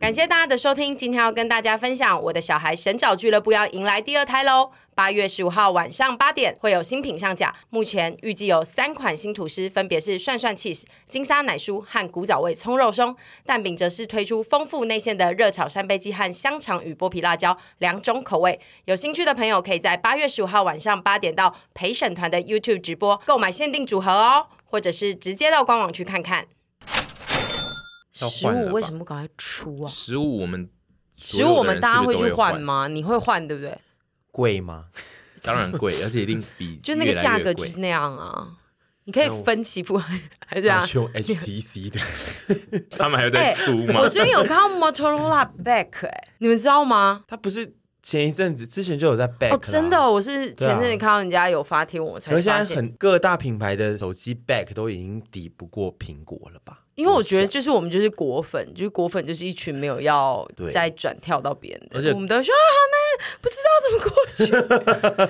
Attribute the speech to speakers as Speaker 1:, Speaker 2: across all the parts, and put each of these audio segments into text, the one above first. Speaker 1: 感谢大家的收听，今天要跟大家分享我的小孩神脚俱乐部要迎来第二胎喽。八月十五号晚上八点会有新品上架，目前预计有三款新吐司，分别是涮涮 cheese、金沙奶酥和古早味葱肉松。蛋饼则是推出丰富内馅的热炒扇贝鸡和香肠与剥皮辣椒两种口味。有兴趣的朋友可以在八月十五号晚上八点到陪审团的 YouTube 直播购买限定组合哦，或者是直接到官网去看看。
Speaker 2: 要
Speaker 1: 十
Speaker 2: 换了吧
Speaker 1: 五为什么不赶快出啊？
Speaker 2: 食物我们所
Speaker 1: 食
Speaker 2: 有
Speaker 1: 物
Speaker 2: 的
Speaker 1: 我们
Speaker 2: 人
Speaker 1: 大
Speaker 2: 是
Speaker 1: 家
Speaker 2: 不是都
Speaker 1: 去
Speaker 2: 会
Speaker 1: 换？吗？你会换对不对？
Speaker 3: 贵吗？
Speaker 2: 当然贵，而且一定比
Speaker 1: 就那个
Speaker 2: 越来
Speaker 1: 价
Speaker 2: 越
Speaker 1: 格就
Speaker 2: 贵
Speaker 1: 是那样啊，你可以
Speaker 3: 那我
Speaker 1: 分期付 还是这啊样
Speaker 3: 我去。 用 HTC 的，
Speaker 2: 他们还有
Speaker 1: 哎
Speaker 2: 在出吗
Speaker 1: 我？最近有看到 Motorola Back，哎、你们知道吗？
Speaker 3: 它不是前一阵子之前就有在 back
Speaker 1: 哦，
Speaker 3: 啦
Speaker 1: 真的哦、。我是前阵
Speaker 3: 对
Speaker 1: 子
Speaker 3: 啊
Speaker 1: 看到人家有发贴文，我才
Speaker 3: 可
Speaker 2: 啊
Speaker 3: 是现
Speaker 1: 发
Speaker 3: 在
Speaker 1: 现。
Speaker 3: 很各大品牌的手机 back 都已经抵不过苹果了吧？
Speaker 1: 因为我觉得，
Speaker 3: 想
Speaker 1: 就是我们就是果粉，就是果粉就是一群没有要
Speaker 3: 对
Speaker 1: 再转跳到别人的，
Speaker 2: 而且
Speaker 1: 我们都会说啊，好难，不知道怎么过去。
Speaker 3: 而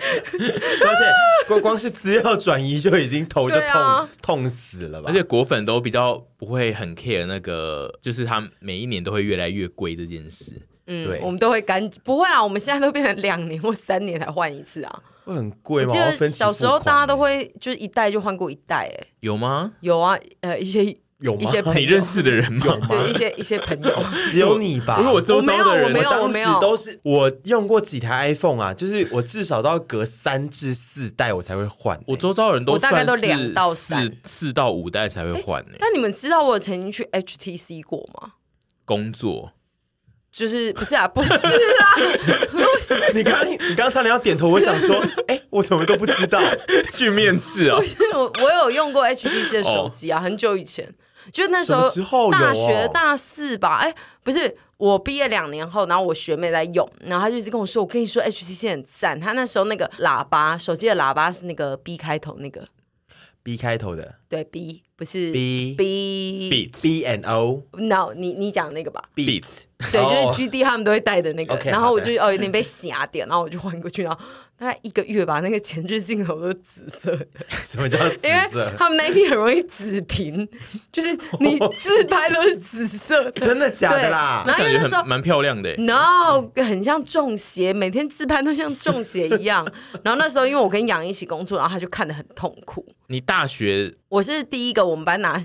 Speaker 3: 且光 光是资料转移就已经头就
Speaker 1: 对
Speaker 3: 痛、
Speaker 1: 啊
Speaker 3: 痛死了吧？
Speaker 2: 而且果粉都比较不会很 care 那个，就是他每一年都会越来越贵这件事。
Speaker 1: 嗯
Speaker 3: 对，
Speaker 1: 我们都会赶，不会啊，我们现在都变成两年或三年才换一次啊。
Speaker 3: 会很贵吗？
Speaker 1: 就
Speaker 3: 我要
Speaker 1: 是
Speaker 3: 分期付
Speaker 1: 小时候
Speaker 3: 款
Speaker 1: 大家都
Speaker 3: 欸
Speaker 1: 会就是一代就换过一代、哎，
Speaker 2: 有吗？
Speaker 1: 有啊，呃，一些
Speaker 3: 有吗
Speaker 1: 一些朋
Speaker 2: 你
Speaker 1: 友
Speaker 2: 认，识的人吗？
Speaker 1: 对一些一些朋 友，
Speaker 3: 只有你 吧？
Speaker 2: 不是我周遭的
Speaker 1: 哦我没
Speaker 2: 人
Speaker 1: 有，
Speaker 3: 当
Speaker 1: 没
Speaker 3: 时
Speaker 1: 有
Speaker 3: 都是我用过几台 iPhone 啊，就是我至少都要隔三至四代我才会换欸、
Speaker 2: 我周遭的人都
Speaker 1: 我大概
Speaker 2: 算
Speaker 1: 都
Speaker 2: 是
Speaker 1: 两到三
Speaker 2: 四四到五代才会换呢。
Speaker 1: 那你们知道我曾经去 HTC 过吗？
Speaker 2: 工作
Speaker 1: 就是不是啊，不是啦， 不是，
Speaker 3: 你刚你刚差点要点头，我想说， 哎、我怎么都不知道。
Speaker 2: 去面试 啊，
Speaker 1: 我我有用过 HTC 的手机啊，很久以前，就那时候
Speaker 3: 哦什么时候有哦
Speaker 1: 大学大四吧，哎、不是。我毕业两年后，然后我学妹在用，然后她就一直跟我说：“我跟你说，HTC 很赞。”她那时候那个喇叭，手机的喇叭是那个 B 开头那个，
Speaker 3: B 开头的
Speaker 1: 对 B，不是
Speaker 3: B
Speaker 1: B
Speaker 2: beat
Speaker 3: B and O
Speaker 1: No，你你讲那个吧。
Speaker 2: beat，
Speaker 1: 对，就
Speaker 3: 哦
Speaker 1: 是 G D 他们都会带的那个
Speaker 3: OK，
Speaker 1: 然后我
Speaker 3: 好
Speaker 1: 就
Speaker 3: 的
Speaker 1: 哦有点被吓点，然后我就换过去，然后大概一个月吧，那个前置镜头都是紫色的，
Speaker 3: 什么叫紫
Speaker 1: 因为
Speaker 3: 色？哦
Speaker 1: 他们那一批很容易紫屏，就是你自拍都是紫色的，
Speaker 3: 真的假的
Speaker 1: 对然
Speaker 3: 啦？
Speaker 1: 后因
Speaker 2: 感
Speaker 1: 为
Speaker 2: 觉
Speaker 1: 那时候
Speaker 2: 很蛮漂亮的。欸
Speaker 1: No，很像中邪，每天自拍都像中邪一样。然后那时候因为我跟杨一起工作，然后他就看得很痛苦。
Speaker 2: 你大学
Speaker 1: 我是第一个我们班拿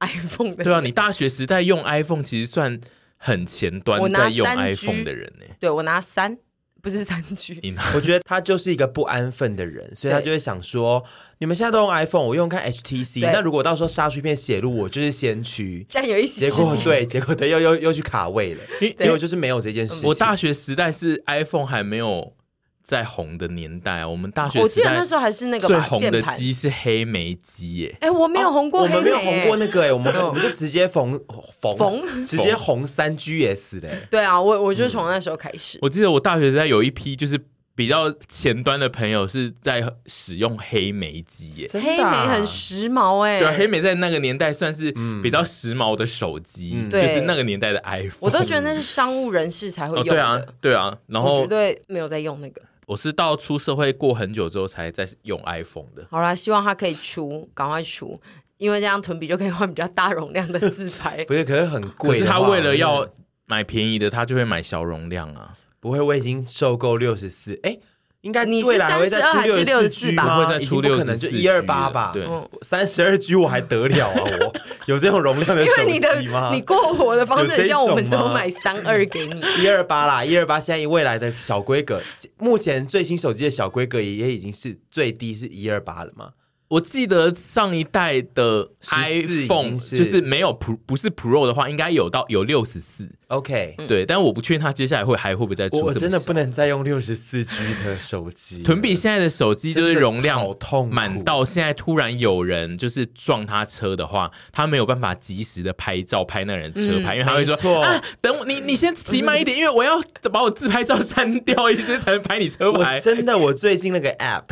Speaker 1: iPhone 的人，
Speaker 2: 对啊，你大学时代用 iPhone 其实算很前端
Speaker 1: 我拿
Speaker 2: 在用
Speaker 1: 3G
Speaker 2: iPhone 的人呢。
Speaker 1: 对我拿三，不是三 G，
Speaker 2: 你拿
Speaker 3: 我觉得他就是一个不安分的人，所以他
Speaker 1: 对
Speaker 3: 就会想说：你们现在都用 iPhone，我用看 HTC。
Speaker 1: 对
Speaker 3: 那如果到时候杀出一片血路，我就是先驱。
Speaker 1: 占有一席
Speaker 3: 结
Speaker 1: 之
Speaker 3: 果
Speaker 1: 地。
Speaker 3: 对，结果对，又又又去卡位了。
Speaker 2: 因为
Speaker 3: 结果就是没有这件事情。
Speaker 2: 我大学时代是 iPhone 还没有在红的年代啊，我们大学
Speaker 1: 我
Speaker 2: 时
Speaker 1: 记得
Speaker 2: 代
Speaker 1: 那时候还是那个
Speaker 2: 最
Speaker 1: 吧，
Speaker 2: 红
Speaker 1: 键
Speaker 2: 的
Speaker 1: 盘。
Speaker 2: 机是黑莓机耶，
Speaker 1: 哎、我没有红过
Speaker 3: 哦我
Speaker 1: 黑
Speaker 3: 们
Speaker 1: 莓、
Speaker 3: 没
Speaker 1: 欸
Speaker 3: 有红过那个哎、我们
Speaker 1: 嗯
Speaker 3: 我们就直接缝缝
Speaker 1: 缝
Speaker 3: 直接红三 GS 嘞、
Speaker 1: 对啊，我我
Speaker 3: 嗯
Speaker 1: 就从那时候开始。
Speaker 2: 我记得我大学时代有一批就是比较前端的朋友是在使用黑莓机耶。
Speaker 3: 真
Speaker 1: 黑
Speaker 3: 的啊
Speaker 1: 莓很时髦哎、
Speaker 2: 对啊，黑莓在那个年代算是比较时髦的手机，就是那个年代的 iPhone。
Speaker 1: 我都觉得那是商务人士才会
Speaker 2: 哦，
Speaker 1: 用的。
Speaker 2: 对啊，对啊。然
Speaker 1: 我绝
Speaker 2: 后
Speaker 1: 对没有在用那个。
Speaker 2: 我是到出社会过很久之后才在用 iPhone 的。
Speaker 1: 好啦，希望它可以出，赶快出，因为这样屯比就可以换比较大容量的自拍。
Speaker 3: 不是，可是很
Speaker 2: 可
Speaker 3: 贵
Speaker 2: 是
Speaker 3: 的话。
Speaker 2: 他为了要买便宜的，他就会买小容量啊，
Speaker 3: 不会，我已经受够六十四，哎，应该
Speaker 1: 你是
Speaker 3: 未来还会再出
Speaker 1: 32
Speaker 3: 64 G
Speaker 1: 64吧
Speaker 3: 吗
Speaker 2: 不会再出
Speaker 3: 已经不可能
Speaker 2: 64
Speaker 3: 就
Speaker 2: G
Speaker 3: 一二八吧，
Speaker 2: 对嗯
Speaker 3: 三十二 G 我还得了啊， 我有这种容量的
Speaker 1: 因为
Speaker 3: 手
Speaker 1: 你的
Speaker 3: 机吗
Speaker 1: 你？过活的方式，
Speaker 3: 有这
Speaker 1: 很像我们
Speaker 3: 种
Speaker 1: 只有
Speaker 3: 吗
Speaker 1: 买三二给你。
Speaker 3: 一二八啦，一二八现在未来的小规格，目前最新手机的小规格也也已经是最低是一二八了嘛？
Speaker 2: 我记得上一代的
Speaker 3: 14已经
Speaker 2: iPhone
Speaker 3: 是
Speaker 2: 就是没有 Pro，不是 Pro 的话，应该有到有六十四，
Speaker 3: OK，
Speaker 2: 对，但我不确定它接下来会还嗯会不会再出
Speaker 3: 我
Speaker 2: 这么
Speaker 3: 我
Speaker 2: 小。
Speaker 3: 真的不能再用六十四 G 的手机 了，
Speaker 2: 屯比现在的手机就是容量
Speaker 3: 真的好痛苦
Speaker 2: 满到现在，突然有人就是撞他车的话，他没有办法及时的拍照拍那人车牌，因为他会说
Speaker 3: 没错
Speaker 2: 啊，等我你你先骑慢一点，因为我要把我自拍照删掉一些才能拍你车
Speaker 3: 我
Speaker 2: 牌。
Speaker 3: 真的，我最近那个 App，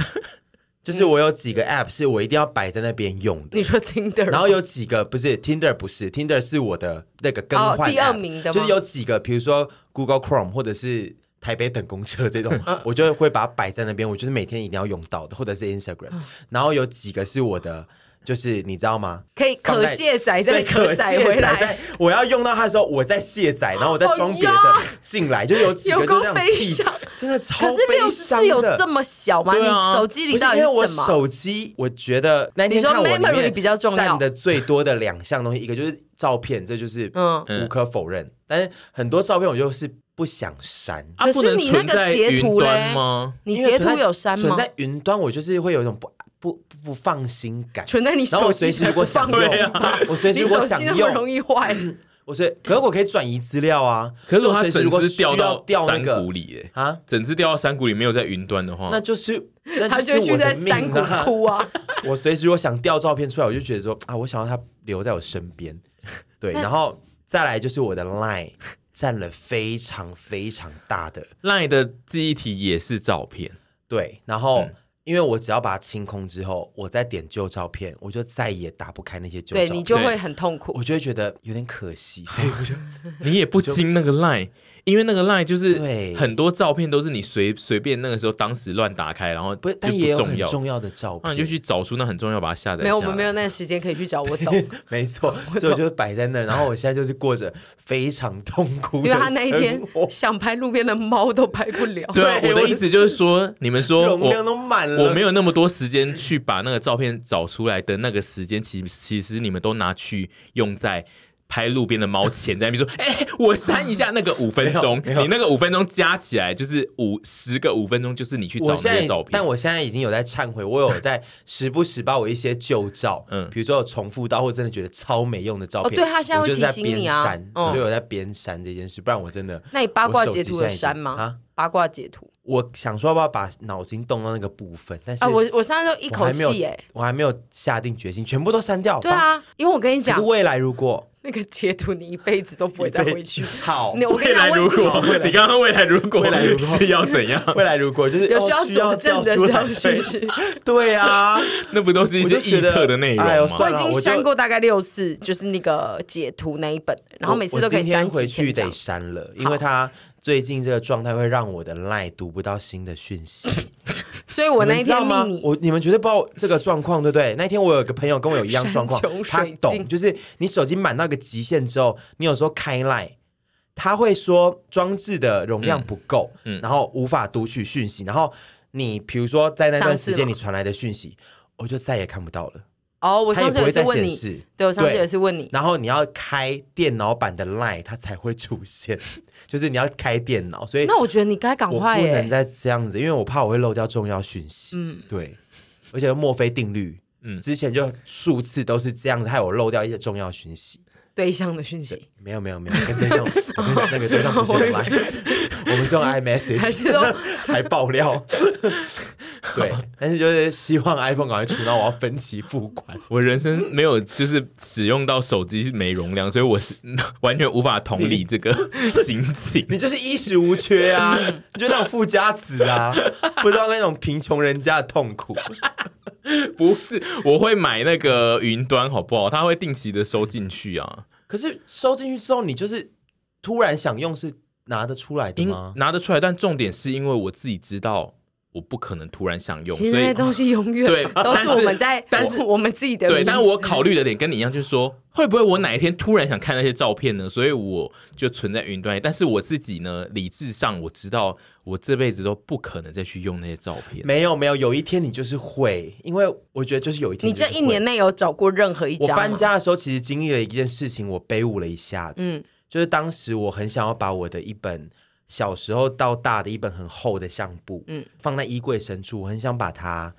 Speaker 3: 就是我有几个 App 是我一定要摆在那边用的。
Speaker 1: 你 说 Tinder，
Speaker 3: 然后有几个不是 Tinder 不是 Tinder 是我的那个更换、
Speaker 1: 哦第二名的吗
Speaker 3: 就是有几个，比如说 Google Chrome 或者是台北等公车这种，
Speaker 1: 嗯
Speaker 3: 我就会把它摆在那边，我就是每天一定要用到的，或者是 Instagram。
Speaker 1: 嗯
Speaker 3: 然后有几个是我的，就是你知道吗？
Speaker 1: 可以
Speaker 3: 放
Speaker 1: 可
Speaker 3: 在
Speaker 1: 卸载再
Speaker 3: 对，可
Speaker 1: 可载
Speaker 3: 卸
Speaker 1: 回
Speaker 3: 载
Speaker 1: 来
Speaker 3: 在。我要用到它的时候，我再卸载，然后我再装别的
Speaker 1: 哎呀
Speaker 3: 进来，就有几个
Speaker 1: 有
Speaker 3: 就
Speaker 1: 够
Speaker 3: 这样
Speaker 1: 悲
Speaker 3: 屁
Speaker 1: 伤，
Speaker 3: 真的超
Speaker 1: 可是
Speaker 3: 悲
Speaker 1: 六十
Speaker 3: 伤
Speaker 1: 四
Speaker 3: 的。
Speaker 1: 有这么小吗？
Speaker 2: 对啊
Speaker 1: 你手机
Speaker 3: 不
Speaker 1: 里
Speaker 3: 是
Speaker 1: 到底
Speaker 3: 因为我
Speaker 1: 什么？
Speaker 3: 手机，我觉得那天
Speaker 1: 你说
Speaker 3: 看我里
Speaker 1: memory
Speaker 3: 面
Speaker 1: 比较重要
Speaker 3: 占的最多的两项东西，一个就是照片，这就是
Speaker 1: 嗯
Speaker 3: 无可否认。但是很多照片我就是不想删，
Speaker 2: 啊，
Speaker 1: 可
Speaker 2: 不能
Speaker 1: 是你那
Speaker 2: 存
Speaker 1: 个
Speaker 2: 在
Speaker 1: 截
Speaker 2: 云
Speaker 1: 图嘞
Speaker 2: 端吗？
Speaker 1: 你
Speaker 3: 因为
Speaker 1: 截图
Speaker 3: 存在
Speaker 1: 有删吗
Speaker 3: 存？在云端，我就是会有一种不不不不放心感。
Speaker 1: 存在你
Speaker 3: 然后
Speaker 1: 手
Speaker 3: 我
Speaker 1: 机
Speaker 3: 随时如
Speaker 1: 才
Speaker 3: 果
Speaker 1: 不放
Speaker 3: 想用
Speaker 2: 对
Speaker 1: 心
Speaker 2: 啊
Speaker 1: 吧？
Speaker 3: 我随时
Speaker 1: 你
Speaker 3: 如果
Speaker 1: 手
Speaker 3: 想
Speaker 1: 机那么
Speaker 3: 用，
Speaker 1: 容易坏，
Speaker 3: 我随可是我可以转移资料啊。
Speaker 2: 可是如果它
Speaker 3: 就随
Speaker 2: 整
Speaker 3: 时如果
Speaker 2: 只
Speaker 3: 需要
Speaker 2: 掉到
Speaker 3: 掉那
Speaker 2: 山
Speaker 3: 个
Speaker 2: 谷里、欸，
Speaker 3: 啊，
Speaker 2: 整只掉到山谷里没有在云端的话，
Speaker 3: 那就是那
Speaker 1: 他
Speaker 3: 就是
Speaker 1: 就去
Speaker 3: 我
Speaker 1: 在
Speaker 3: 的
Speaker 1: 山
Speaker 3: 命
Speaker 1: 谷
Speaker 3: 啊！
Speaker 1: 哭 啊！
Speaker 3: 我随时如果想调照片出来，我就觉得说啊，我想要它留在我身边。对，然后再来就是我的 Line 占了非常非常大的
Speaker 2: Line 的记忆体也是照片，
Speaker 3: 对，然后。
Speaker 2: 嗯
Speaker 3: 因为我只要把它清空之后，我再点旧照片，我就再也打不开那些旧照
Speaker 1: 对
Speaker 3: 片，
Speaker 1: 你就会
Speaker 2: 对
Speaker 1: 很痛苦。
Speaker 3: 我就会觉得有点可惜，所以 我就
Speaker 2: 你也不清那个 Line，因为那个 Line 就是
Speaker 3: 对
Speaker 2: 很多照片都是你随随便那个时候当时乱打开，然后
Speaker 3: 不，
Speaker 2: 就
Speaker 3: 但也有
Speaker 2: 重
Speaker 3: 很
Speaker 2: 要。啊
Speaker 3: 重要的照
Speaker 2: 那
Speaker 3: 片，
Speaker 2: 你就去找出那很重要，把它下载。
Speaker 1: 没有，我
Speaker 3: 啊
Speaker 1: 们没有。那个时间可以去找 我懂，
Speaker 3: 没错，所以我就摆在那儿，然后我现在就是过着非常痛苦的
Speaker 1: 因为他那一天
Speaker 3: 生活
Speaker 1: 想拍路边的猫都拍不了。
Speaker 2: 对啊，
Speaker 3: 对
Speaker 2: 我
Speaker 3: 我
Speaker 2: 的意思就是说，你们 说
Speaker 3: 容量
Speaker 2: 我
Speaker 3: 都满了，
Speaker 2: 我没有那么多时间去把那个照片找出来的那个时间，其其实你们都拿去用在。拍路边的猫前在那边说：“哎、我删一下那个五分钟，
Speaker 3: 没有没有
Speaker 2: 你那个五分钟加起来就是五十个五分钟，就是你去找
Speaker 3: 我
Speaker 2: 那
Speaker 3: 现在
Speaker 2: 些
Speaker 3: 已
Speaker 2: 照片。”
Speaker 3: 但我现在已经有在忏悔，我有在时不时把我一些旧照，嗯
Speaker 2: 嗯，
Speaker 3: 比如说有重复到或真的觉得超没用的照片，
Speaker 1: 哦对他现在
Speaker 3: 我
Speaker 1: 会
Speaker 3: 就是在
Speaker 1: 提醒你
Speaker 3: 边
Speaker 1: 啊
Speaker 3: 删，
Speaker 1: 嗯
Speaker 3: 我就有在边删这件事，不然我真的，
Speaker 1: 那你八卦截
Speaker 3: 我
Speaker 1: 图
Speaker 3: 手机现
Speaker 1: 有
Speaker 3: 在已经
Speaker 1: 删吗？
Speaker 3: 啊，
Speaker 1: 八卦截图
Speaker 3: 我想说要不要把脑筋动到那个部分，但是
Speaker 1: 啊，我我现在都一
Speaker 3: 我
Speaker 1: 口
Speaker 3: 还没有
Speaker 1: 气哎、
Speaker 3: 我还没有下定决心，全部都删掉，
Speaker 1: 对啊，因为我跟你
Speaker 3: 吧，可
Speaker 1: 讲
Speaker 3: 是，未来如果
Speaker 1: 那个截图你一辈子都不会再回去。
Speaker 3: 好
Speaker 1: 你。我跟
Speaker 2: 未
Speaker 1: 你讲，
Speaker 2: 来
Speaker 1: 我
Speaker 2: 如
Speaker 1: 已经
Speaker 2: 果你刚刚未来如果
Speaker 3: 哦未来如果
Speaker 2: 是要怎 样，
Speaker 3: 未来如果就 是
Speaker 1: 有需
Speaker 3: 哦
Speaker 1: 要佐证的
Speaker 3: 调
Speaker 1: 时
Speaker 3: 出来
Speaker 1: 候，是 不是？
Speaker 3: 对啊，
Speaker 2: 那不都是一
Speaker 3: 我
Speaker 2: 些
Speaker 3: 就觉
Speaker 2: 臆
Speaker 3: 得
Speaker 2: 测的内容
Speaker 3: 哎呦
Speaker 2: 吗？
Speaker 3: 算
Speaker 1: 我
Speaker 3: 了
Speaker 1: 已经
Speaker 3: 我就
Speaker 1: 删过大概六次，就是那个截图那一本，然后每次都可
Speaker 3: 我
Speaker 1: 以
Speaker 3: 今天
Speaker 1: 删
Speaker 3: 回
Speaker 1: 几
Speaker 3: 去
Speaker 1: 千
Speaker 3: 得
Speaker 1: 张。
Speaker 3: 删了，因为他最近这个状态会让我的 line 读不到新的讯息。
Speaker 1: 所以 我那一
Speaker 3: 你们知道
Speaker 1: 天
Speaker 3: 吗
Speaker 1: 密？你，
Speaker 3: 我你们绝对不知道这个状况，对不对？那天我有个朋友跟我有一样状 况
Speaker 1: 山穷，
Speaker 3: 他
Speaker 1: 水尽
Speaker 3: 懂，就是你手机满到一个极限之后，你有时候开 line。他会说装置的容量不够，
Speaker 2: 嗯嗯
Speaker 3: 然后无法读取讯息，然后你比如说在那段
Speaker 1: 上
Speaker 3: 时
Speaker 1: 次
Speaker 3: 间
Speaker 1: 吗
Speaker 3: 你传来的讯息，我就再也看不到了，
Speaker 1: 哦，我
Speaker 3: 它也
Speaker 1: 上
Speaker 3: 不
Speaker 1: 次有一次
Speaker 3: 会再
Speaker 1: 问
Speaker 3: 显
Speaker 1: 你，
Speaker 3: 示。
Speaker 1: 对我上次
Speaker 3: 对
Speaker 1: 有一次问你，
Speaker 3: 然后你要开电脑版的 Line，它才会出现， 就是你要开电脑，所以
Speaker 1: 那我觉得你该赶
Speaker 3: 我
Speaker 1: 快欸
Speaker 3: 不能
Speaker 1: 耶，
Speaker 3: 再这样子，因为我怕我会漏掉重要讯息。嗯，对，而且墨菲定律，嗯，
Speaker 2: 嗯
Speaker 3: 之前就数次都是这样子，害我漏掉一些重要讯息。
Speaker 1: 对象的讯息，
Speaker 3: 没有没 有没有，跟对象我跟那个对象不是用 Line，我们是用
Speaker 1: 还
Speaker 3: iMessage，
Speaker 1: 是说
Speaker 3: 还爆料。对，但是就是希望 iPhone 赶快出，然后我要分期付款。
Speaker 2: 我人生没有就是使用到手机没容量，所以我是 完全无法同理这 个心情。
Speaker 3: 你就是衣食无缺啊，
Speaker 1: 嗯
Speaker 3: 你就那种富家子啊， 不知道那种贫穷人家的痛苦。
Speaker 2: 不是，我会买那个云端好不好？它会定期的收进去啊，
Speaker 3: 可是收进去之后，你就是突然想用，是拿得出来的
Speaker 2: 因
Speaker 3: 吗？
Speaker 2: 拿得出来。但重点是因为我自己知道我不可能突然想用，
Speaker 1: 其实
Speaker 2: 所
Speaker 1: 那些
Speaker 2: 以
Speaker 1: 东西永远
Speaker 2: 对
Speaker 1: 都
Speaker 2: 但
Speaker 1: 是
Speaker 2: 是
Speaker 1: 我们在，
Speaker 2: 但是
Speaker 1: 我我们自己的迷
Speaker 2: 对。
Speaker 1: 思，
Speaker 2: 但是我考虑的点跟你一样，就是说会不会我哪一天突然想看那些照片呢？所以我就存在云端里。但是我自己呢，理智上我知道我这辈子都不可能再去用那些照片。
Speaker 3: 没有没有，有一天你就是会，因为我觉得就是有一天
Speaker 1: 你这
Speaker 3: 就是
Speaker 1: 一
Speaker 3: 会
Speaker 1: 年，内有找过任何一
Speaker 3: 我
Speaker 1: 张吗
Speaker 3: 搬家的时候其实经历了一件事情，我悲舞了一下子。
Speaker 1: 嗯
Speaker 3: 就是当时我很想要把我的一本小时候到大的一本很厚的相簿，
Speaker 1: 嗯
Speaker 3: 放在衣柜深处，我很想把它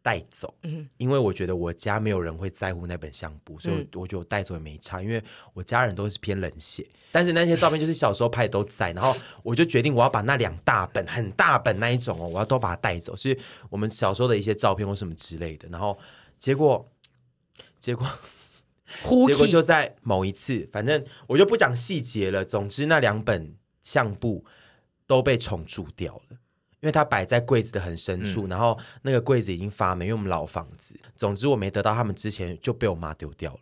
Speaker 3: 带走，
Speaker 1: 嗯
Speaker 3: 因为我觉得我家没有人会在乎那本相簿，所以我
Speaker 1: 嗯
Speaker 3: 我觉得我带走也没差，因为我家人都是偏冷血，但是那些照片就是小时候拍的都在，然后我就决定我要把那两大本很大本那一种哦，我要都把它带走，是我们小时候的一些照片或什么之类的，然后结果结果。
Speaker 1: 呼
Speaker 3: 结果
Speaker 1: 气
Speaker 3: 就在某一次，反正我就不讲细节了。总之，那两本相簿都被虫蛀掉了，因为它摆在柜子的很深处，
Speaker 1: 嗯
Speaker 3: 然后那个柜子已经发霉，因为我们老房子。总之，我没得到他们之前就被我妈丢掉了，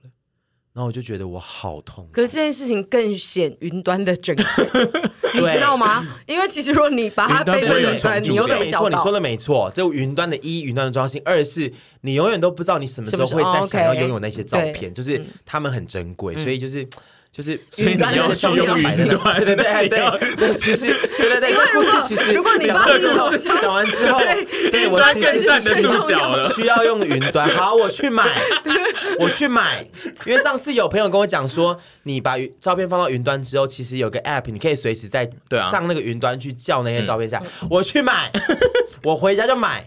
Speaker 3: 然后我就觉得我好痛啊。
Speaker 1: 可是这件事情更显云端的整个，你
Speaker 3: 对
Speaker 1: 知道吗？因为其实如果你把它
Speaker 2: 云端
Speaker 1: 备份
Speaker 2: 不会有
Speaker 1: 云端，
Speaker 2: 重
Speaker 1: 你又
Speaker 2: 组
Speaker 1: 可
Speaker 2: 的
Speaker 1: 以
Speaker 3: 没
Speaker 1: 找
Speaker 3: 错，你说
Speaker 1: 到。
Speaker 3: 的没错。这云端的一，云端的重要性；二是你永远都不知道你什么时候
Speaker 1: 什
Speaker 3: 会再
Speaker 1: 么时候
Speaker 3: 想要
Speaker 1: ，OK
Speaker 3: 拥有那些照
Speaker 1: 对
Speaker 3: 片，就是他们很珍贵，所以就是就是
Speaker 2: 所以
Speaker 1: 云
Speaker 2: 你
Speaker 1: 端
Speaker 2: 要
Speaker 1: 的
Speaker 2: 去
Speaker 1: 重要
Speaker 2: 用
Speaker 1: 性
Speaker 2: 云端，
Speaker 3: 对对对对对，其实对对对，
Speaker 1: 因为如果
Speaker 3: 这故事其实
Speaker 1: 如果你
Speaker 3: 讲
Speaker 1: 把
Speaker 3: 完
Speaker 1: 你手
Speaker 3: 之后
Speaker 1: 上
Speaker 3: 讲完之后，
Speaker 1: 对
Speaker 3: 对
Speaker 2: 云
Speaker 3: 我
Speaker 2: 端
Speaker 3: 其
Speaker 2: 更
Speaker 3: 实
Speaker 2: 站得
Speaker 1: 最重要
Speaker 2: 住脚 了。
Speaker 3: 需要用云端，好，我去 买，我去买，因为上次有朋友跟我讲说，你把云照片放到云端之后，其实有个 app，你可以随时在
Speaker 2: 对啊嗯
Speaker 3: 上那个云端去叫那些照片下，我 去买，我回家就买，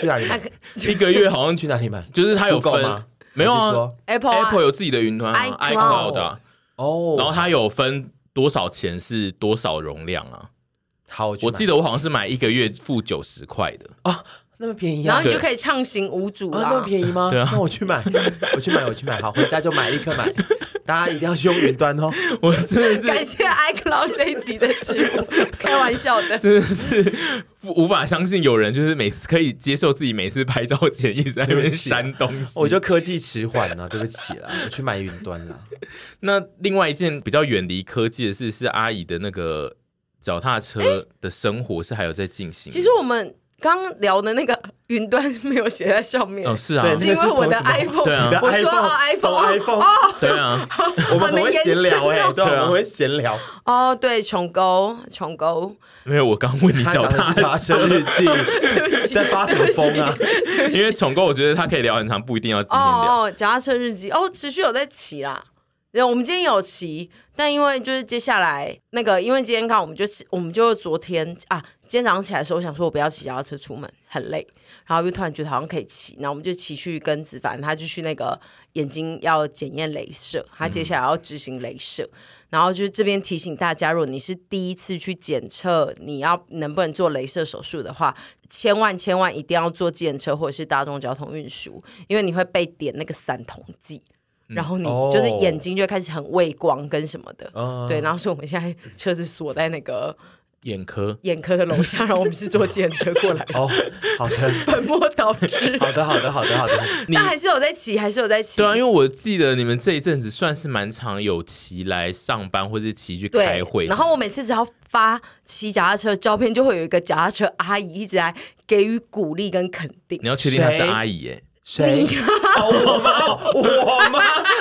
Speaker 3: 去哪里
Speaker 1: 那
Speaker 3: 买？
Speaker 1: 个
Speaker 2: 一个月好像
Speaker 3: 去哪里买？
Speaker 2: 就是他有
Speaker 3: Google
Speaker 2: 分
Speaker 3: 吗，
Speaker 2: 没有
Speaker 3: 还是
Speaker 2: 啊
Speaker 3: 说
Speaker 1: Apple 啊
Speaker 2: ，Apple 有自己的云端啊
Speaker 1: iCloud
Speaker 2: ，iCloud 啊，
Speaker 3: 哦，
Speaker 2: 然后他有分多少钱是多少容量啊？
Speaker 3: 好，我去
Speaker 2: 我
Speaker 3: 买
Speaker 2: 记得我好像是买一个月付九十块的，
Speaker 3: 啊，那么便宜
Speaker 1: 然
Speaker 3: 啊
Speaker 1: 后。你就可以畅行无阻
Speaker 3: 啊，那么
Speaker 1: 啦。
Speaker 3: 便宜吗？
Speaker 2: 对啊
Speaker 3: 那我去买，我去买，我去买，好，回家就买，立刻买。大家一定要去用云 端哦。
Speaker 2: 我真的是
Speaker 1: 感谢 iCloud 这一集的植入，开玩笑的。
Speaker 2: 真的是无法相信有人就是每次可以接受自己每次拍照前一直在那边删东西。
Speaker 3: 我就科技迟缓啊了，对不起啦，我去买云端啦。
Speaker 2: 那另外一件比较远离科技的事是阿姨的那个脚踏车的生活是还有在进行。
Speaker 1: 其实我们刚聊的那个云端没有写在上面，
Speaker 2: 哦是啊，
Speaker 3: 对
Speaker 1: 是因为我的
Speaker 3: 那是
Speaker 1: iPhone，
Speaker 3: 从什么
Speaker 2: 对啊
Speaker 3: 你的
Speaker 1: 我说
Speaker 3: iPhone，
Speaker 1: 哦
Speaker 3: 从
Speaker 1: iPhone，
Speaker 3: iPhone
Speaker 1: 哦
Speaker 2: 对啊，
Speaker 3: 我
Speaker 1: 好
Speaker 3: 们很
Speaker 1: 能
Speaker 3: 会
Speaker 1: 延
Speaker 3: 闲
Speaker 1: 伸
Speaker 3: 聊哎，
Speaker 1: 哦
Speaker 3: 对，我
Speaker 2: 对啊
Speaker 3: 们会闲聊。
Speaker 1: 哦，对，重勾重勾，
Speaker 2: 没有我刚问你
Speaker 3: 他
Speaker 2: 脚
Speaker 3: 讲的
Speaker 2: 踏
Speaker 3: 是发生日 记，
Speaker 1: 对不起，
Speaker 3: 在发什么疯 啊？
Speaker 2: 因为宠购我觉得他可以聊很长，不一定要今天聊。
Speaker 1: 哦哦，脚踏车日记哦，持续有在骑啦。对，我们今天有骑，但因为就是接下来那个，因为今天刚好我们就骑我们就昨天啊，今天早上起来的时候，我想说我不要骑脚踏车出门，很累，然后又突然觉得好像可以骑，然后我们就骑去跟子凡，他就去那个眼睛要检验镭射，他接下来要执行镭射。然后就是这边提醒大家，如果你是第一次去检测你要能不能做镭射手术的话，千万千万一定要坐检车或者是大众交通运输，因为你会被点那个散瞳剂，
Speaker 2: 嗯
Speaker 1: 然后你
Speaker 3: 哦
Speaker 1: 就是眼睛就会开始很畏光跟什么的。
Speaker 2: 哦
Speaker 3: 嗯，
Speaker 1: 对，然后所以我们现在 车子锁在那个
Speaker 2: 眼科
Speaker 1: 眼科的楼下，然后我们是坐检车过来
Speaker 3: 哦，好的，
Speaker 1: 本末倒置。
Speaker 3: 好的，好的，好的，好的。
Speaker 2: 你
Speaker 1: 但还是有在骑，还是有在骑。
Speaker 2: 对啊，因为我记得你们这一阵子算是蛮常有骑来上班或是骑去
Speaker 1: 对，
Speaker 2: 开会，
Speaker 1: 然后我每次只要发骑脚踏车的照片，就会有一个脚踏车阿姨一直来给予鼓励跟肯定
Speaker 2: 你。要确定她是
Speaker 3: 谁
Speaker 2: 阿姨耶、
Speaker 3: 谁？
Speaker 1: 啊
Speaker 3: 哦我吗？哦我吗？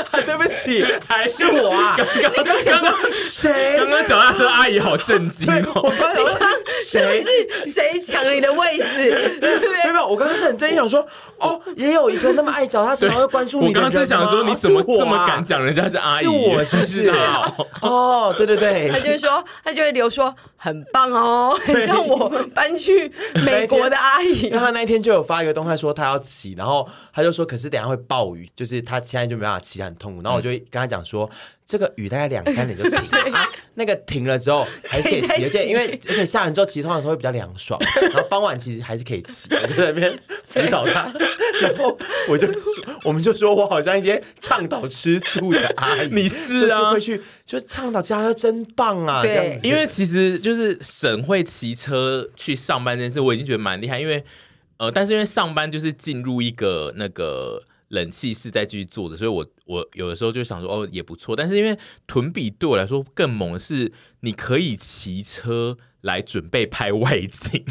Speaker 3: 啊对不起，还是我啊？
Speaker 2: 刚刚刚刚
Speaker 3: 谁？
Speaker 2: 刚刚脚踏车阿姨好震惊
Speaker 3: 对，我
Speaker 2: 哦！
Speaker 3: 刚刚
Speaker 1: 啊是不
Speaker 3: 谁？
Speaker 1: 是谁抢你的位 置？对不
Speaker 3: 没有，
Speaker 1: 对？
Speaker 3: 没有，我刚刚是很真心想说，哦，也有一个那么爱脚踏车，
Speaker 2: 对
Speaker 3: 然后又关注
Speaker 2: 我
Speaker 3: 你的
Speaker 2: 刚
Speaker 3: 人吗。
Speaker 2: 刚是想说，你
Speaker 3: 哦
Speaker 2: 怎么
Speaker 3: 是我
Speaker 2: 这么
Speaker 3: 啊
Speaker 2: 敢讲人家是阿姨？
Speaker 3: 是我是不是
Speaker 2: 知 道，
Speaker 3: 哦，对对
Speaker 1: 他
Speaker 3: 对，
Speaker 1: 就会说，他就会留说很棒哦，很像我搬去美国的阿姨
Speaker 3: 因为。他那一天就有发一个动态说他要骑，然后他就说，可是等一下会暴雨，就是他现在就没办法骑，很痛苦。然后我就跟他讲说，这个雨大概两三点就停了，啊那个停了之后还是可以骑，
Speaker 1: 可以再
Speaker 3: 而且
Speaker 1: 骑
Speaker 3: 因为而且下完之后骑通常都会比较凉爽，然后傍晚其实还是可以骑。我就在那边辅导他，然后我就说我们就说我好像一些倡导吃素的阿姨，
Speaker 2: 你是
Speaker 3: 就
Speaker 2: 啊
Speaker 3: 是会去就倡导家车真棒啊，
Speaker 1: 对
Speaker 3: 这样子
Speaker 2: 因为其实就是沈会骑车去上班这件事，我已经觉得蛮厉害，因为呃，但是因为上班就是进入一个那个冷气室再继续坐着，所以我我有的时候就想说哦也不错，但是因为臀比对我来说更猛的是，你可以骑车来准备拍外景，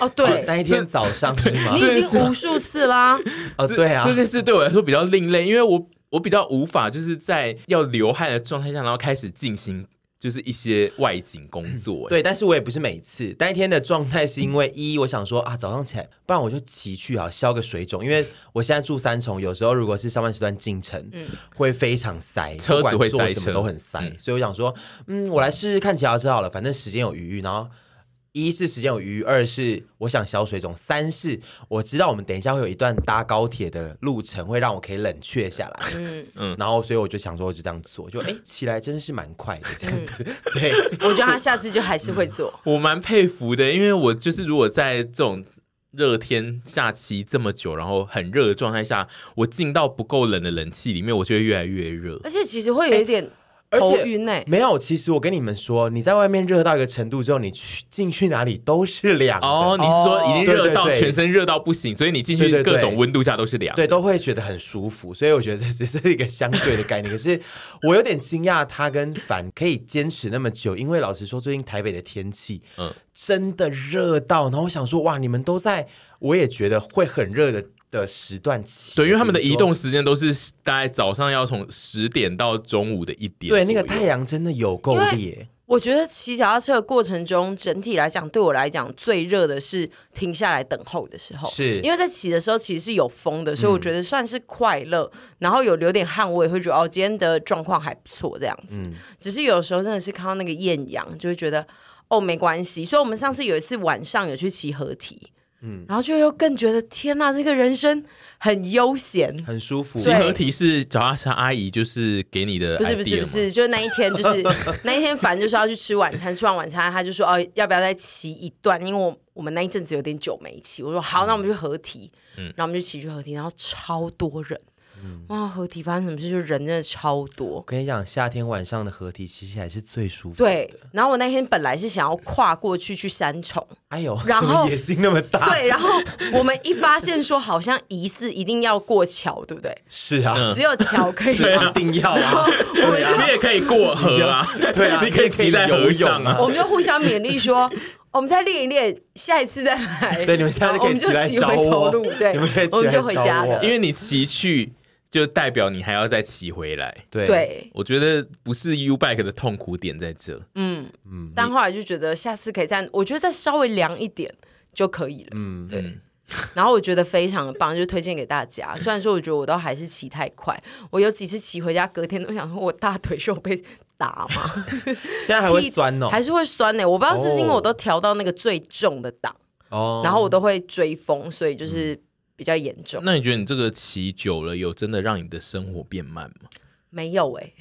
Speaker 1: 哦，
Speaker 3: 哦
Speaker 1: 对，
Speaker 3: 那一天早上是吗
Speaker 1: 你？已经无数次啦。
Speaker 3: 哦，对啊
Speaker 2: 这，件事对我来说比较另类，因为我我比较无法就是在要流汗的状态下，然后开始进行就是一些外景工作。哎，
Speaker 3: 嗯对，但是我也不是每次。那一天的状态是因为一，我想说啊，早上起来，不然我就骑去啊，消个水肿。因为我现在住三重，有时候如果是上班时段进城，会非常塞，
Speaker 2: 车
Speaker 3: 不管
Speaker 2: 子会
Speaker 3: 做
Speaker 2: 塞
Speaker 3: 什么
Speaker 2: 车
Speaker 3: 嗯都很塞。所以我想说，嗯，我来试试看骑脚踏车好了，反正时间有余裕，然后。一是时间有余，二是我想小水肿，三是我知道我们等一下会有一段搭高铁的路程，会让我可以冷却下来。嗯嗯，然后所以我就想说，我就这样做，就哎、起来真是蛮快的这样子。 对，
Speaker 1: 我觉得他下次就还是会做。
Speaker 2: 我蛮佩服的，因为我就是如果在这种热天下期这么久，然后很热的状态下，我进到不够冷的冷气里面，我就会越来越热。
Speaker 1: 而且其实会有一点
Speaker 3: 而
Speaker 1: 头
Speaker 3: 且
Speaker 1: 晕欸呢、
Speaker 3: 没有，其实我跟你们说，你在外面热到一个程度之后，你去进去哪里都是凉的。
Speaker 2: 哦，你是说已经热到
Speaker 3: 对对对
Speaker 2: 全身热到不行，所以你进去
Speaker 3: 对对对
Speaker 2: 各种温度下都是凉。
Speaker 3: 对，都会觉得很舒服，所以我觉得这只是一个相对的概念。可是我有点惊讶，他跟凡可以坚持那么久，因为老实说，最近台北的天气，
Speaker 2: 嗯
Speaker 3: 嗯，真的热到，然后我想说，哇，你们都在，我也觉得会很热的的时段起，
Speaker 2: 对因为他们的
Speaker 3: 比如
Speaker 2: 移
Speaker 3: 说
Speaker 2: 动时间都是大概早上要从十点到中午的一点左
Speaker 3: 对
Speaker 2: 右。
Speaker 3: 那个太阳真的有够
Speaker 1: 因为
Speaker 3: 烈，
Speaker 1: 我觉得骑脚踏车的过程中，整体来讲，对我来讲最热的是停下来等候的时候，
Speaker 3: 是
Speaker 1: 因为在骑的时候其实是有风的，所以我觉得算是快乐，然后有流点汗，我也会觉得哦，今天的状况还不错这样子。只是有时候真的是看到那个艳阳，就会觉得哦没关系。所以我们上次有一次晚上有去骑合体，嗯，然后就又更觉得天呐，这个人生很悠闲。
Speaker 3: 很舒服。
Speaker 2: 集
Speaker 1: 对
Speaker 2: 合体是脚踏车阿姨就是给你的
Speaker 1: 不
Speaker 2: idea
Speaker 1: 是
Speaker 2: 吗，
Speaker 1: 不是不是，就那一天就是 那一天，反正就是要去吃晚餐，吃完晚餐他就说哦，要不要再骑一段？因为我我们那一阵子有点久没骑，我说好，那我们去合体，
Speaker 2: 嗯
Speaker 1: 然后我们就骑去合体，然后超多人，哇，合体发生什么事？就人真的超多
Speaker 3: 我。跟你讲，夏天晚上的合体其实还是最舒服。
Speaker 1: 对，，然后我那天本来是想要跨过去去三重，
Speaker 3: 哎呦，
Speaker 1: 然
Speaker 3: 怎么
Speaker 1: 后
Speaker 3: 野心那么
Speaker 2: 啊
Speaker 3: 大，
Speaker 1: 对，，然后我们一发现说好像疑似一定要过桥，对不对？
Speaker 3: 是啊，
Speaker 1: 只有桥可 以
Speaker 2: 是嗯啊
Speaker 3: 一定要啊，
Speaker 1: 我们就
Speaker 2: 你也可以过河 啊，
Speaker 3: 对啊
Speaker 2: 你可以骑在河上啊。
Speaker 1: 我们就互相勉励 说，我们再练一练，下一次再来。
Speaker 3: 对你们下次
Speaker 1: 然后我
Speaker 3: 可以
Speaker 1: 们
Speaker 3: 起
Speaker 1: 就
Speaker 3: 来
Speaker 1: 骑
Speaker 3: 找
Speaker 1: 回头
Speaker 3: 我
Speaker 1: 路，对
Speaker 3: 你们可以，
Speaker 1: 我们
Speaker 3: 起来
Speaker 1: 就回
Speaker 3: 找
Speaker 1: 家
Speaker 3: 我
Speaker 1: 了
Speaker 2: 因。为你骑去，就代表你还要再骑回 来。
Speaker 3: 对
Speaker 1: 对，
Speaker 2: 我觉得不是 U bike 的痛苦点在这，
Speaker 3: 嗯
Speaker 1: 但后来就觉得下次可以再，我觉得再稍微凉一点就可以了。嗯，对。然后我觉得非常的棒，就推荐给大家。虽然说我觉得我都还是骑太快，我有几次骑回家，隔天都想说我大腿是有被打吗？
Speaker 3: 现 在还会酸哦，
Speaker 1: 还是会酸呢、我不知道是不是因为
Speaker 3: 哦
Speaker 1: 我都调到那个最重的档，
Speaker 3: 哦
Speaker 1: 然后我都会追风，所以就是比较严重。
Speaker 3: 嗯
Speaker 2: 那你觉得你这个骑久了，有真的让你的生活变慢吗？
Speaker 1: 没有哎、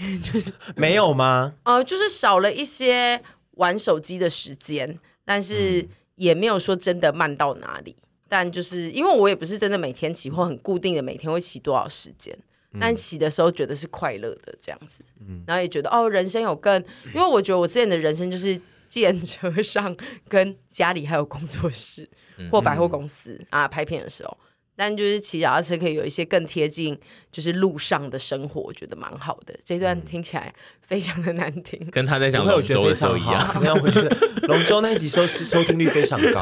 Speaker 3: 没有吗？
Speaker 1: 呃，就是少了一些玩手机的时间，但是也没有说真的慢到哪里。但就是因为我也不是真的每天骑，或很固定的每天会骑多少时间，但骑的时候觉得是快乐的这样子，然后也觉得哦，人生有更，因为我觉得我之前的人生就是。见车上跟家里还有工作室或百货公司啊拍片的时候，但就是骑脚踏车可以有一些更贴近就是路上的生活，我觉得蛮好的。这段听起来非常的难听，
Speaker 2: 跟他在讲
Speaker 3: 不会，我
Speaker 2: 龙
Speaker 3: 觉得
Speaker 2: 舟
Speaker 3: 非
Speaker 2: 的时候
Speaker 3: 常
Speaker 2: 一样。
Speaker 3: 好。没有， 我觉得龙舟那一集收视收听率非常高，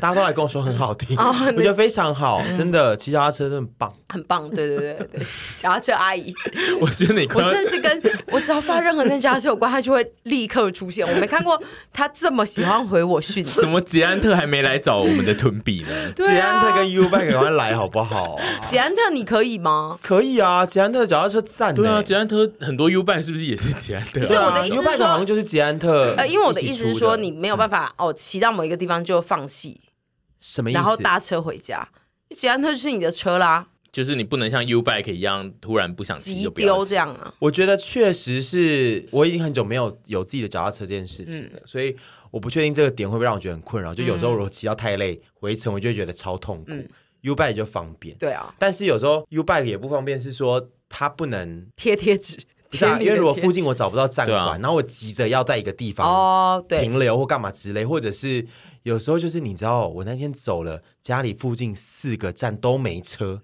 Speaker 3: 大家都来跟我说很好听，
Speaker 1: 哦
Speaker 3: 我觉得非常好，
Speaker 1: 嗯
Speaker 3: 真的骑脚踏车真的很棒。
Speaker 1: 很棒，对对对对，脚踏车阿姨，
Speaker 2: 我觉得你刚
Speaker 1: 我真
Speaker 2: 刚
Speaker 1: 的是跟 我只要发任何跟脚踏车有关，她就会立刻出现。我没看过她这么喜欢回我讯息？
Speaker 2: 什，么捷安特还没来找我们的屯比呢
Speaker 1: 对
Speaker 3: 捷
Speaker 1: 啊
Speaker 3: 安特跟 U bike 赶快来好不好啊？
Speaker 1: 捷安特，你可以吗？
Speaker 3: 可以啊，捷安特脚踏车赞
Speaker 2: 对啊，
Speaker 3: 呢。
Speaker 2: 捷安特很多 U bike 是不是也是捷安特
Speaker 1: 不是
Speaker 2: 啊？
Speaker 1: 我的意思是
Speaker 3: u bike
Speaker 1: 说
Speaker 3: 好像就是捷安特，
Speaker 1: 呃，因为我的意思
Speaker 3: 一
Speaker 1: 是
Speaker 3: 起出
Speaker 1: 说，你没有办法哦，骑到某一个地方就放弃，
Speaker 3: 什么意思？啊
Speaker 1: 然后搭车回家。捷安特就是你的车啦，
Speaker 2: 就是你不能像 U bike 一样突然不想骑
Speaker 1: 急
Speaker 2: 就不要
Speaker 1: 丢
Speaker 2: 骑
Speaker 1: 这。样啊。
Speaker 3: 我觉得确实是我已经很久没有有自己的脚踏车这件事情
Speaker 2: 嗯
Speaker 3: 了，所以我不确定这个点会不会让我觉得很困扰。就有时候我骑到太累，回程我就会觉得超痛苦。U
Speaker 2: 嗯
Speaker 3: bike 就方便，
Speaker 1: 对啊，
Speaker 3: 但是有时候 U bike 也不方便，是说它不能。
Speaker 1: 贴贴纸，
Speaker 3: 不是啊，
Speaker 1: 贴你
Speaker 3: 因
Speaker 1: 的
Speaker 3: 为如果
Speaker 1: 贴
Speaker 3: 附近
Speaker 1: 纸
Speaker 3: 我找不到站
Speaker 2: 对
Speaker 3: 环，
Speaker 2: 啊
Speaker 3: 然后我急着要在一个地方
Speaker 1: 哦，对，
Speaker 3: 停留或干嘛之类，或者是有时候就是你知道，我那天走了家里附近四个站都没车，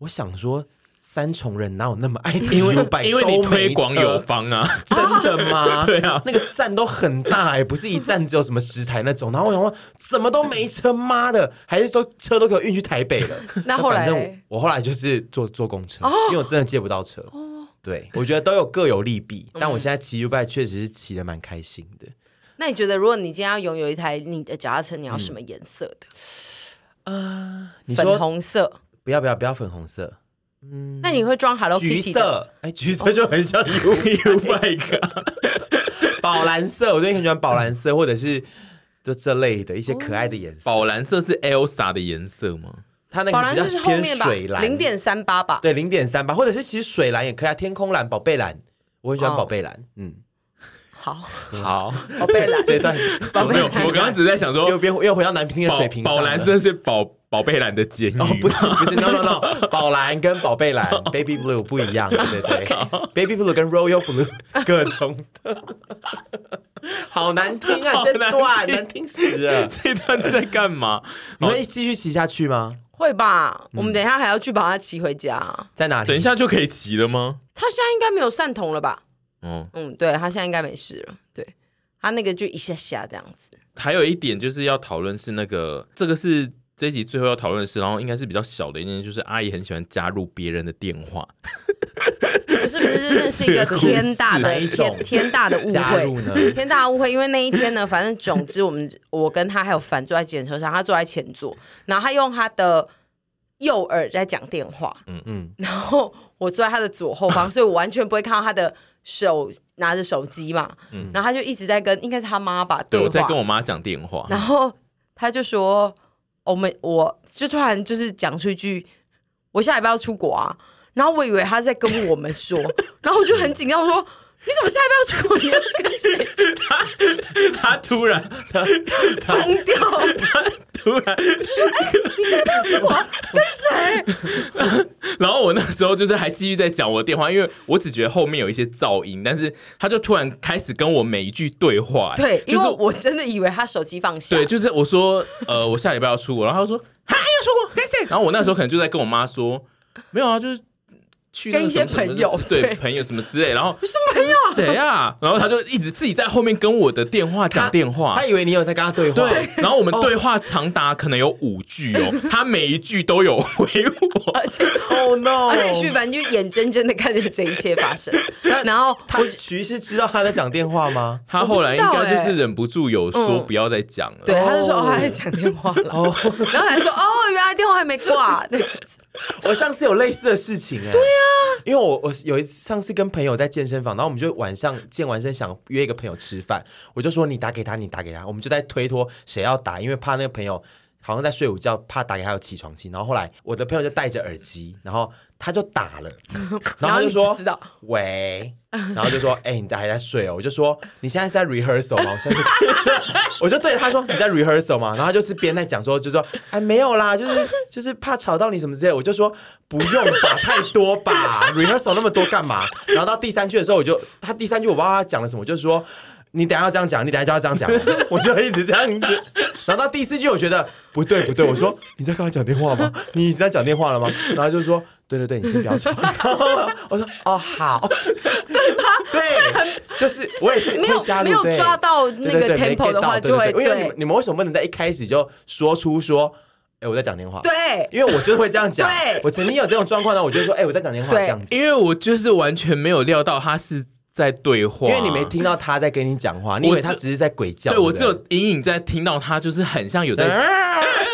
Speaker 3: 我想说三重人哪有那么爱骑 U bike，
Speaker 2: 嗯因为你
Speaker 3: 都没
Speaker 2: 推广
Speaker 3: 车
Speaker 2: 有方 啊，
Speaker 3: 真的 吗？
Speaker 2: 对啊
Speaker 3: 那个站都很大哎、不是一站只有什么十台那种。然后我想说，怎么都没车，妈的，还是说车都给我运去台北了？
Speaker 1: 那后来哦
Speaker 3: 反正
Speaker 1: 嘞
Speaker 3: 我我后来就是坐坐公车，因为我真的借不到车。
Speaker 1: 哦
Speaker 3: 对，我觉得都有各有利弊，
Speaker 1: 嗯
Speaker 3: 但我现在骑 U bike 确实是骑的蛮开心的。
Speaker 1: 那你觉得，如果你今天要拥有一台你的脚踏车，你要什么颜色的？
Speaker 3: 嗯你
Speaker 1: 粉
Speaker 3: 说
Speaker 1: 红色。
Speaker 3: 不要不要不要粉红色，
Speaker 1: 那你会装 Hello
Speaker 3: 橘
Speaker 1: Kitty 的？哦
Speaker 3: 色，哎，橘色就很像 U
Speaker 2: U bike 啊
Speaker 3: 宝蓝色，我最近很喜欢宝蓝色，或者是就这类的一些可爱的颜色。
Speaker 2: 宝蓝色是 Elsa 的颜色吗？
Speaker 3: 它那
Speaker 1: 宝
Speaker 3: 个
Speaker 1: 蓝
Speaker 3: 比较
Speaker 1: 是后
Speaker 3: 偏
Speaker 1: 面吧
Speaker 3: 水，蓝，
Speaker 1: 零点三八吧。
Speaker 3: 对零点三吧，或者是其实水蓝也可以啊，天空蓝、宝贝蓝，我很喜欢
Speaker 1: 哦
Speaker 3: 宝贝蓝。嗯，
Speaker 1: 好，
Speaker 2: 啊好，
Speaker 1: 宝贝蓝，
Speaker 3: 这一段
Speaker 1: 宝
Speaker 2: 没
Speaker 1: 贝
Speaker 2: 有，
Speaker 1: 蓝
Speaker 2: 我刚刚只是在想 说
Speaker 3: 又，边又回到南平的
Speaker 2: 宝
Speaker 3: 水平上
Speaker 2: 宝
Speaker 3: 了
Speaker 2: 蓝色是宝宝贝蓝的监狱、
Speaker 3: 哦，不是不是，no no no，宝蓝跟宝贝 蓝 （baby blue） 不一样，对对对，baby blue 跟 royal blue 各种的，好难听 啊，
Speaker 2: 好
Speaker 3: 这
Speaker 2: 难
Speaker 3: 段
Speaker 2: 听哦
Speaker 3: 难听死 了。
Speaker 2: 这段在干嘛？
Speaker 3: 你会继续骑下去吗？
Speaker 1: 会吧？我们等一下还要去把它骑回家。
Speaker 3: 在哪里？
Speaker 2: 等一，下就可以骑了吗？
Speaker 1: 他现在应该没有散瞳了吧？
Speaker 2: 哦，
Speaker 1: 嗯，对他现在应该没事了。对他那个就一下下这样子。
Speaker 2: 还有一点就是要讨论是那个，这个是这一集最后要讨论的事，然后应该是比较小的一件，就是阿姨很喜欢加入别人的电话，
Speaker 1: 不是不是，这是一个天大的
Speaker 3: 哪一种
Speaker 1: 天天大的误
Speaker 3: 加入呢
Speaker 1: 会，天大的误会。因为那一天呢，反正总之我们我跟他还有凡坐在检车上，他坐在前座，然后他用他的右耳在讲电话，
Speaker 3: 嗯，
Speaker 1: 然后我坐在他的左后方，所以我完全不会看到他的手拿着手机嘛。然后他就一直在跟应该是他妈吧
Speaker 2: 对
Speaker 1: 话，
Speaker 2: 我在跟我妈讲电话，
Speaker 1: 然后他就说，哦我们我就突然就是讲出一句，我下礼拜要出国啊。然后我以为他在跟我们说，然后我就很紧张，我说你怎么下礼拜要出国？你要跟谁
Speaker 2: 她突然
Speaker 1: 疯掉？哎
Speaker 2: 突然，
Speaker 1: 你下礼拜要出国啊跟谁？
Speaker 2: 然后我那时候就是还继续在讲我的电话，因为我只觉得后面有一些噪音，但是她就突然开始跟我每一句对话，欸
Speaker 1: 对，
Speaker 2: 就
Speaker 1: 因
Speaker 2: 是
Speaker 1: 为我真的以为他手机放下，
Speaker 2: 对，就是我说，呃，我下礼拜要出国，然后他说还要出国，跟谁？然后我那时候可能就在跟我妈说，没有啊，就是去那个
Speaker 1: 跟一些
Speaker 2: 什么什么
Speaker 1: 朋友
Speaker 2: 对
Speaker 1: 对
Speaker 2: 朋友什么之类，然后
Speaker 1: 什么朋友？
Speaker 2: 谁啊？然后他就一直自己在后面跟我的电话讲电话
Speaker 3: 他。以为你有在跟他对话，
Speaker 2: 对，然后我
Speaker 1: 哦
Speaker 2: 们对话长达可能有五句哦，他每一句都有回我，
Speaker 1: 而且
Speaker 3: ，Oh no！
Speaker 2: 哦
Speaker 1: 而且徐凡就眼睁睁的看着这一切发生，然后
Speaker 2: 哦
Speaker 3: 他徐是知道他在讲电话吗？
Speaker 2: 他后来应该就是忍不住有说
Speaker 1: 欸嗯
Speaker 2: 不要再讲了。
Speaker 1: 对，他就说
Speaker 3: 哦
Speaker 1: 哦，他在讲电话了，
Speaker 3: 哦，
Speaker 1: 然后还说哦，原来电话还没挂，啊对
Speaker 3: 我上次有类似的事情哎、对呀、因为我我有一次上次跟朋友在健身房，然后我们就晚上健完身想约一个朋友吃饭，我就说你打给他，你打给他，我们就在推脱谁要打，因为怕那个朋友好像在睡午觉，怕打给他有起床气。然后后来我的朋友就戴着耳机，然后他就打了，然后他就
Speaker 1: 然后你
Speaker 3: 说
Speaker 1: 不知道
Speaker 3: 喂，然后就说 哎、你还在睡哦，我就说你现在是在 rehearsal 吗？我现在 就对，我就对着他说你在 rehearsal 吗？然后他就是边在讲说就说哎没有啦，就是就是怕吵到你什么之类的，我就说不用吧，太多吧 rehearsal 那么多干嘛？然后到第三句的时候，我就他第三句我不知道他讲了什么，我就说。你等一下要这样讲，你等一下就要这样讲，我就一直这样子。然后到第四句，我觉得不对不对，我说你在跟他讲电话吗？你已经在讲电话了吗？然后他就说对对对，你先不要吵。然后我说哦好，
Speaker 1: 对吧？
Speaker 3: 对，就是 我也是
Speaker 1: 没有
Speaker 3: 会加入
Speaker 1: 没有
Speaker 3: 对
Speaker 1: 抓到那
Speaker 3: 对对
Speaker 1: 个
Speaker 3: 对没
Speaker 1: tempo
Speaker 3: get
Speaker 1: 的话，
Speaker 3: 到对
Speaker 1: 就
Speaker 3: 对
Speaker 1: 会
Speaker 3: 对因为你们
Speaker 1: 对
Speaker 3: 你们为什么不能在一开始就说出说，哎我在讲电话？，
Speaker 1: 对
Speaker 3: 因为我就是会这样讲
Speaker 1: 对。
Speaker 3: 我曾经有这种状况呢，我就说哎我在讲电话
Speaker 1: 对
Speaker 3: 这样子，
Speaker 2: 因为我就是完全没有料到他是在对话，
Speaker 3: 因为你没听到他在跟你讲话，你以为他只是在鬼叫。
Speaker 2: 对
Speaker 3: 对
Speaker 2: 我
Speaker 3: 不
Speaker 2: 只
Speaker 3: 对，
Speaker 2: 有隐隐在听到他，就是很像有在，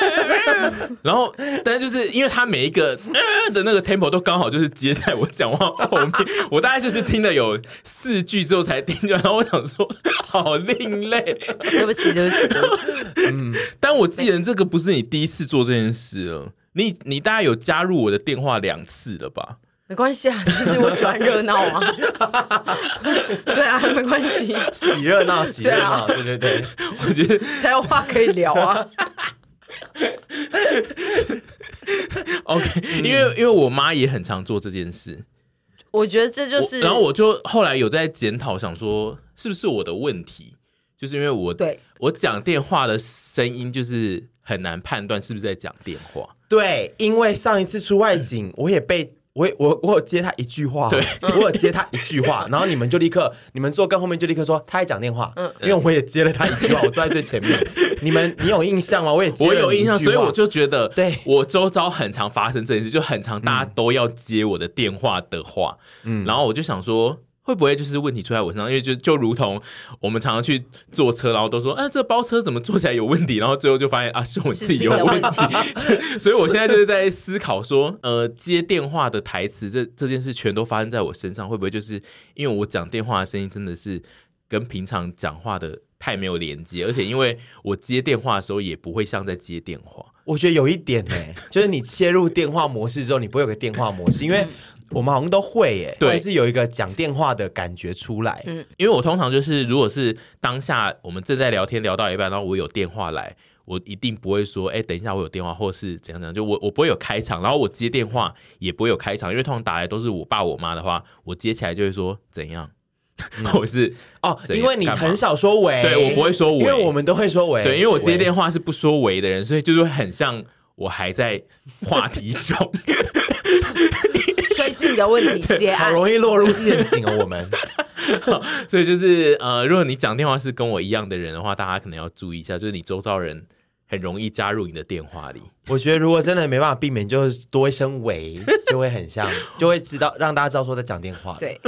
Speaker 2: 然后但是就是因为他每一个 呃的那个 tempo 都刚好就是接在我讲话后面， 我大概就是听了有四句之后才听出来，然后我想说好另类，
Speaker 1: 对不起对不起对不起，
Speaker 2: 但我记得这个不是你第一次做这件事了，你你大概有加入我的电话两次了吧？
Speaker 1: 没关系啊，就是我喜欢热闹啊， 对啊，没关系，
Speaker 3: 喜 热
Speaker 2: 啊
Speaker 3: 闹喜热闹，
Speaker 1: 对
Speaker 3: 对对对。
Speaker 2: 我觉得
Speaker 1: 才有话可以聊啊，
Speaker 2: OK，因
Speaker 3: 嗯
Speaker 2: 为因为我妈也很常做这件事。
Speaker 1: 我觉得这就
Speaker 2: 我
Speaker 1: 是
Speaker 2: 然后我就后来有在检讨，想说是不是我的问题，就是因为我
Speaker 1: 对
Speaker 2: 我讲电话的声音就是很难判断是不是在讲电话，
Speaker 3: 对，因为上一次出外景，我也被我也我我有接他一句话，
Speaker 2: 对，
Speaker 3: 我有接他一句话，然后你们就立刻，你们坐跟后面就立刻说他在讲电话，
Speaker 2: 嗯
Speaker 3: 因为我也接了他一句 话，我坐在最前面，你们你有印象吗？我也接了
Speaker 2: 我有
Speaker 3: 你一
Speaker 2: 印象，
Speaker 3: 句话
Speaker 2: 所以我就觉得，
Speaker 3: 对
Speaker 2: 我周遭很常发生这件事，就很常大家都要接我的电话的话，嗯，然后我就想说。会不会就是问题出在我身上？因为就就如同我们常常去坐车，然后都说，哎、这包车怎么坐起来有问题？然后最后就发现啊，是我
Speaker 1: 是
Speaker 2: 自己有
Speaker 1: 的
Speaker 2: 问
Speaker 1: 问
Speaker 2: 题。
Speaker 1: 题，
Speaker 2: 所以我现在就是在思考说，呃，接电话的台词这这件事全都发生在我身上，会不会就是因为我讲电话的声音真的是跟平常讲话的太没有连接，而且因为我接电话的时候也不会像在接电话，
Speaker 3: 我觉得有一点呢、就是你切入电话模式之后，你不会有个电话模式，因为我们好像都会耶、
Speaker 2: 嗯对嗯
Speaker 3: 就是有一个讲电话的感觉出来。
Speaker 2: 因为我通常就是如果是当下我们正在聊天聊到一半，然后我有电话来。我一定不会说，哎、等一下，我有电话，或是怎样怎样，就我我不会有开场，然后我接电话也不会有开场，因为通常打来都是我爸我妈的话，我接起来就会说怎样， 或者是
Speaker 3: 哦，
Speaker 2: 怎
Speaker 3: 因
Speaker 2: 样
Speaker 3: 为你
Speaker 2: 干嘛
Speaker 3: 很少说喂，
Speaker 2: 对我不会说喂
Speaker 3: 哎因为我们都会说喂，
Speaker 2: 对，因为我接电
Speaker 3: 话，
Speaker 2: 话是不说为的人，所以就是会很像我还在话题 中。
Speaker 1: 所以是你的问 题结
Speaker 3: 好
Speaker 1: 案。
Speaker 3: 容易落入陷阱哦。我们
Speaker 2: 所以就是呃，如果你讲电话是跟我一样的人的话，大家可能要注意一下，就是你周遭人很容易加入你的电话里。
Speaker 3: 我觉得如果真的没办法避免，就是多一声喂，就会很像，就会知道让大家知道说在讲电话。，
Speaker 1: 对，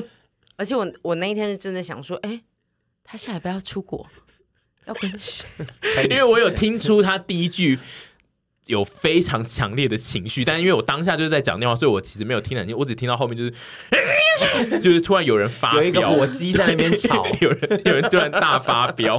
Speaker 1: 而且我我那一天是真的想说，哎、他下礼拜要出国，要跟谁？
Speaker 2: 因为我有听出他第一句有非常强烈的情绪，但因为我当下就是在讲电话，所以我其实没有听得很清，我只听到后面就是就是突然有人发
Speaker 3: 有一个
Speaker 2: 飙，
Speaker 3: 火鸡在那边吵。
Speaker 2: 有人有人突然大发飙。